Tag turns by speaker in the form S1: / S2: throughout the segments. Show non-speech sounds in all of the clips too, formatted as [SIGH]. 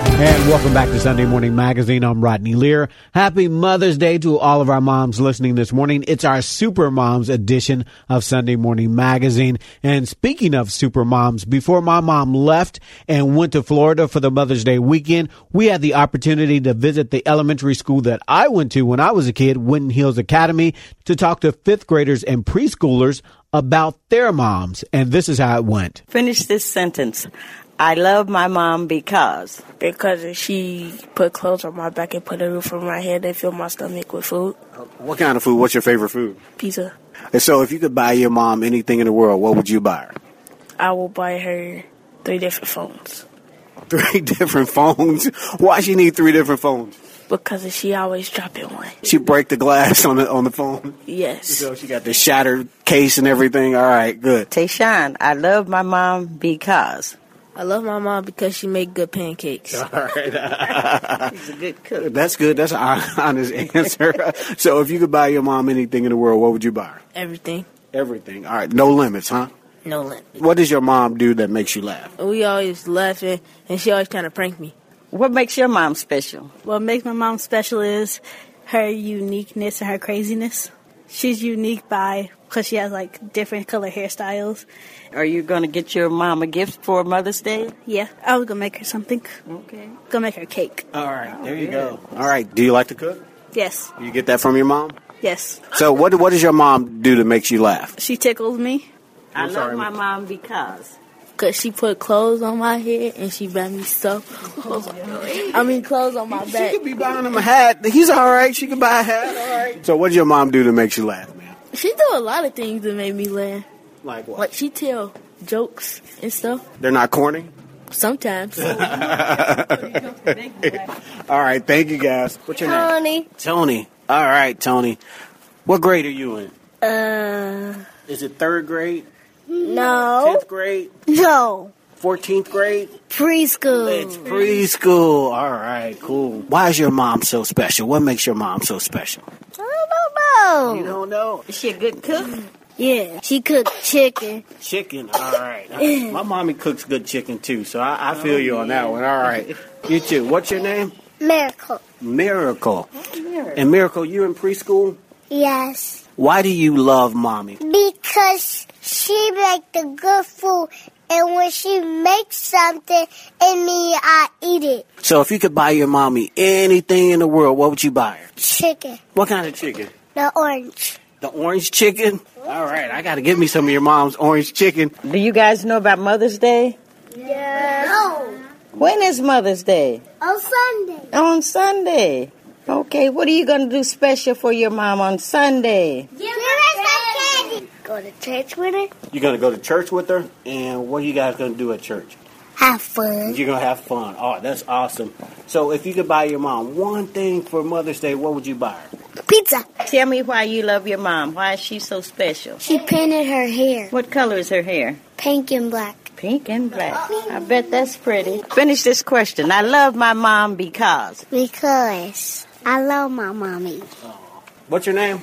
S1: Welcome back to Sunday Morning Magazine. I'm Rodney Lear. Happy Mother's Day to all of our moms listening this morning. It's our Super Moms edition of Sunday Morning Magazine. And speaking of Super Moms, before my mom left and went to Florida for the Mother's Day weekend, we had the opportunity to visit the elementary school that I went to when I was a kid, Winton Hills Academy, to talk to fifth graders and preschoolers about their moms. And this is how it went.
S2: Finish this sentence. I love my mom because.
S3: because she put clothes on my back and put a roof over my head and filled my stomach with food.
S4: What kind of food? What's your favorite food?
S3: Pizza.
S4: And so, if you could buy your mom anything in the world, what would you buy her?
S3: I will buy her three different phones
S4: [LAUGHS] Three different phones. Why she need three different phones?
S3: because she always dropping one.
S4: She break the glass on the on the phone.
S3: Yes.
S4: So she got the shattered case and everything. All right, good. [LAUGHS]
S2: Tayshawn, I love my mom because.
S3: I love my mom because she make good pancakes.
S4: uh.
S2: She's a good cook.
S4: That's good. That's an [LAUGHS] honest answer. [LAUGHS] so, if you could buy your mom anything in the world, what would you buy her?
S3: [LAUGHS] Everything.
S4: Everything. All right, no limits, huh?
S3: No limit.
S4: What does your mom do that makes you laugh?
S3: We always laughing and she always trying to prank me.
S2: What makes your mom special?
S5: What makes my mom special is her uniqueness and her craziness. She's unique by because she has like different color hairstyles.
S2: Are you going to get your mom a gift for Mother's Day?
S5: Yeah, I was gonna make her something.
S2: Okay.
S5: Gonna make her cake.
S4: All right, there you go. All right, do you like to cook?
S5: Yes,
S4: You get that from your mom?
S5: yes.
S4: So, what what does your mom do that makes you laugh?
S5: She tickles me.
S2: I love
S4: sorry,
S2: my
S4: ma'am.
S2: mom because.
S3: Cause she put clothes on my head and she buy me [LAUGHS] stuff. I mean clothes on [LAUGHS] my back.
S4: She could be buying him a hat. He's all right. She could buy a hat. All right. So, what did your mom do to make you laugh, man?
S3: She do a lot of things that made me laugh.
S4: Like what?
S3: Like she tell jokes and stuff
S4: They're not corny.
S3: sometimes.
S4: All right. Thank you, guys. What's your name? Tony. All right, Tony. What grade are you in?
S5: Uh,
S4: Is it third grade?
S5: no,
S4: Tenth grade?
S5: no.
S4: Fourteenth grade? It's
S5: Preschool.
S4: preschool. All right. Cool. Why is your mom so special? What makes your mom so special? You don't know.
S2: Is she a good cook?
S5: Yeah, she cooked chicken.
S4: Chicken. All right. My mommy cooks good chicken too, so I, I feel you on that one. All right. You too. What's your name?
S6: Miracle.
S4: Miracle. And Miracle, you in preschool?
S6: Yes.
S4: Why do you love mommy?
S6: Because she make the good food and when she makes something and me I eat it.
S4: So if you could buy your mommy anything in the world, what would you buy her?
S6: Chicken.
S4: What kind of chicken?
S6: The orange.
S4: The orange chicken? All right, I got to give me some of your mom's orange chicken.
S2: Do you guys know about Mother's Day?
S6: No.
S2: When is Mother's Day?
S6: On Sunday.
S2: On Sunday. Okay, what are you going to do special for your mom on Sunday?
S6: Give us the candy. Go to church with her.
S4: You're going to go to church with her, and what are you guys going to do at church?
S6: Have fun.
S4: You're going to have fun. Oh, that's awesome. So if you could buy your mom one thing for Mother's Day, what would you buy her?
S6: Pizza.
S2: Tell me why you love your mom. Why is she so special?
S6: She painted her hair.
S2: What color is her hair?
S6: Pink and black.
S2: Pink and black. I bet that's pretty. Finish this question. I love my mom because.
S6: Because I love my mommy.
S4: What's your name?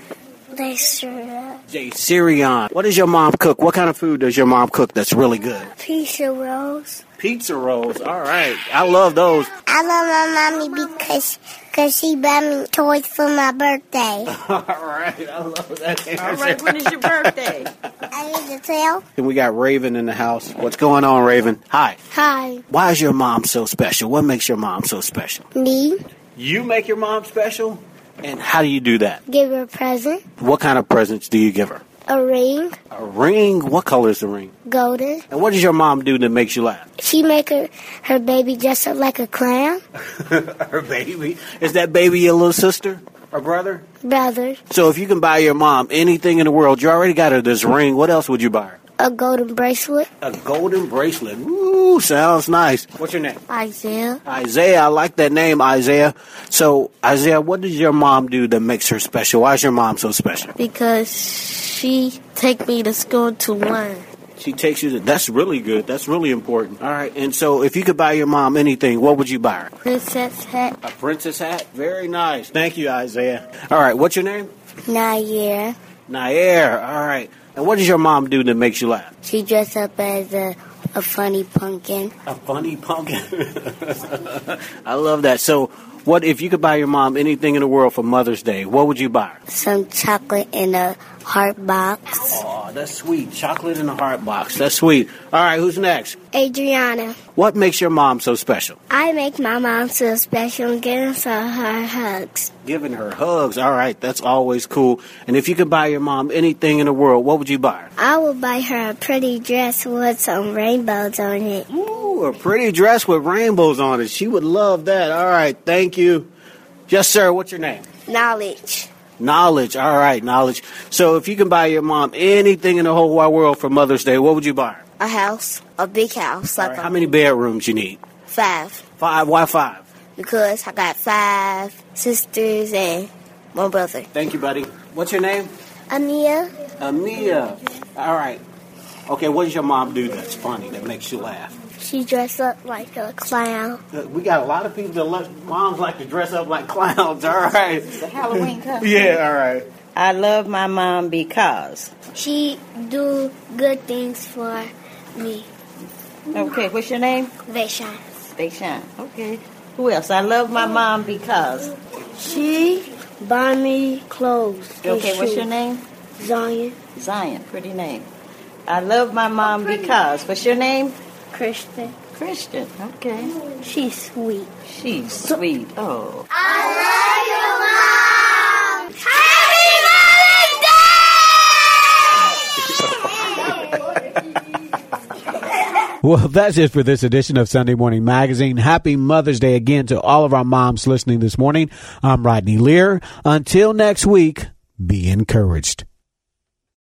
S6: They sure
S4: Jay Sirion. What does your mom cook? What kind of food does your mom cook that's really good?
S6: piece of rolls.
S4: Pizza rolls. All right. I love those. [LAUGHS]
S6: I love my mommy because cause she bought me toys for my birthday.
S4: [LAUGHS] All right. I love that answer.
S2: All right, when is your birthday?
S6: I need to tell.
S4: And we got Raven in the house. What's going on, Raven? Hi.
S6: Hi,
S4: Why is your mom so special? What makes your mom so special?
S6: me.
S4: You make your mom special? And how do you do that?
S6: Give her a present.
S4: What kind of presents do you give her?
S6: A ring.
S4: A ring? What color is the ring?
S6: Golden.
S4: And what does your mom do that makes you laugh?
S6: She make her, her baby dress up like a clown.
S4: Her baby. Is that baby your little sister? Or brother?
S6: Brother.
S4: So if you can buy your mom anything in the world, you already got her this ring. What else would you buy her?
S6: A golden bracelet.
S4: A golden bracelet. Ooh, sounds nice. What's your name?
S6: Isaiah.
S4: Isaiah. I like that name, Isaiah. So, Isaiah, what does your mom do that makes her special? Why is your mom so special?
S3: because she take me to school to learn.
S4: She takes you to. That's really good. That's really important. All right. And so, if you could buy your mom anything, what would you buy her?
S6: Princess hat.
S4: A princess hat. Very nice. Thank you, Isaiah. All right. What's your name?
S6: Naya.
S4: Nair. All right. And what does your mom do that makes you laugh?
S6: She dress up as a, a funny pumpkin.
S4: A funny pumpkin. [LAUGHS] I love that. So, what if you could buy your mom anything in the world for Mother's Day? What would you buy her?
S6: Some chocolate in a heart box.
S4: Oh, that's sweet. Chocolate in a heart box. That's sweet. All right, who's next?
S6: Adriana.
S4: What makes your mom so special?
S6: I make my mom so special and give her her hugs.
S4: Giving her hugs. All right, that's always cool. And if you could buy your mom anything in the world, what would you buy her?
S6: I will buy her a pretty dress with some rainbows on it.
S4: Ooh, a pretty dress with rainbows on it. She would love that. All right, thank you. Yes, sir. What's your name?
S6: Knowledge.
S4: Knowledge. All right, knowledge. So if you can buy your mom anything in the whole wide world for Mother's Day, what would you buy her?
S6: A house. A big house.
S4: All right, how many bedrooms you need?
S6: five.
S4: Five. Why five?
S6: Because I got five sisters and one brother.
S4: Thank you, buddy. What's your name?
S6: Amia.
S4: Amia. All right. Okay, what does your mom do that's funny that makes you laugh?
S6: She dressed up like a clown.
S4: Uh, We got a lot of people that love, moms like to dress up like [LAUGHS] clowns. All right.
S2: Halloween comes.
S4: Yeah, all right.
S2: [LAUGHS] I love my mom because.
S6: She do good things for me.
S2: Okay, what's your name?
S6: Vaishan.
S2: They shine. Okay. Who else? I love my mom because.
S6: She buy me clothes.
S2: Okay, what's your name?
S6: Zion.
S2: Zion. Pretty name. I love my mom because. What's your name?
S6: Christian.
S2: Christian. Okay.
S6: She's sweet.
S2: She's sweet. Oh.
S1: Well, that's it for this edition of Sunday Morning Magazine. Happy Mother's Day again to all of our moms listening this morning. I'm Rodney Lear. Until next week, be encouraged.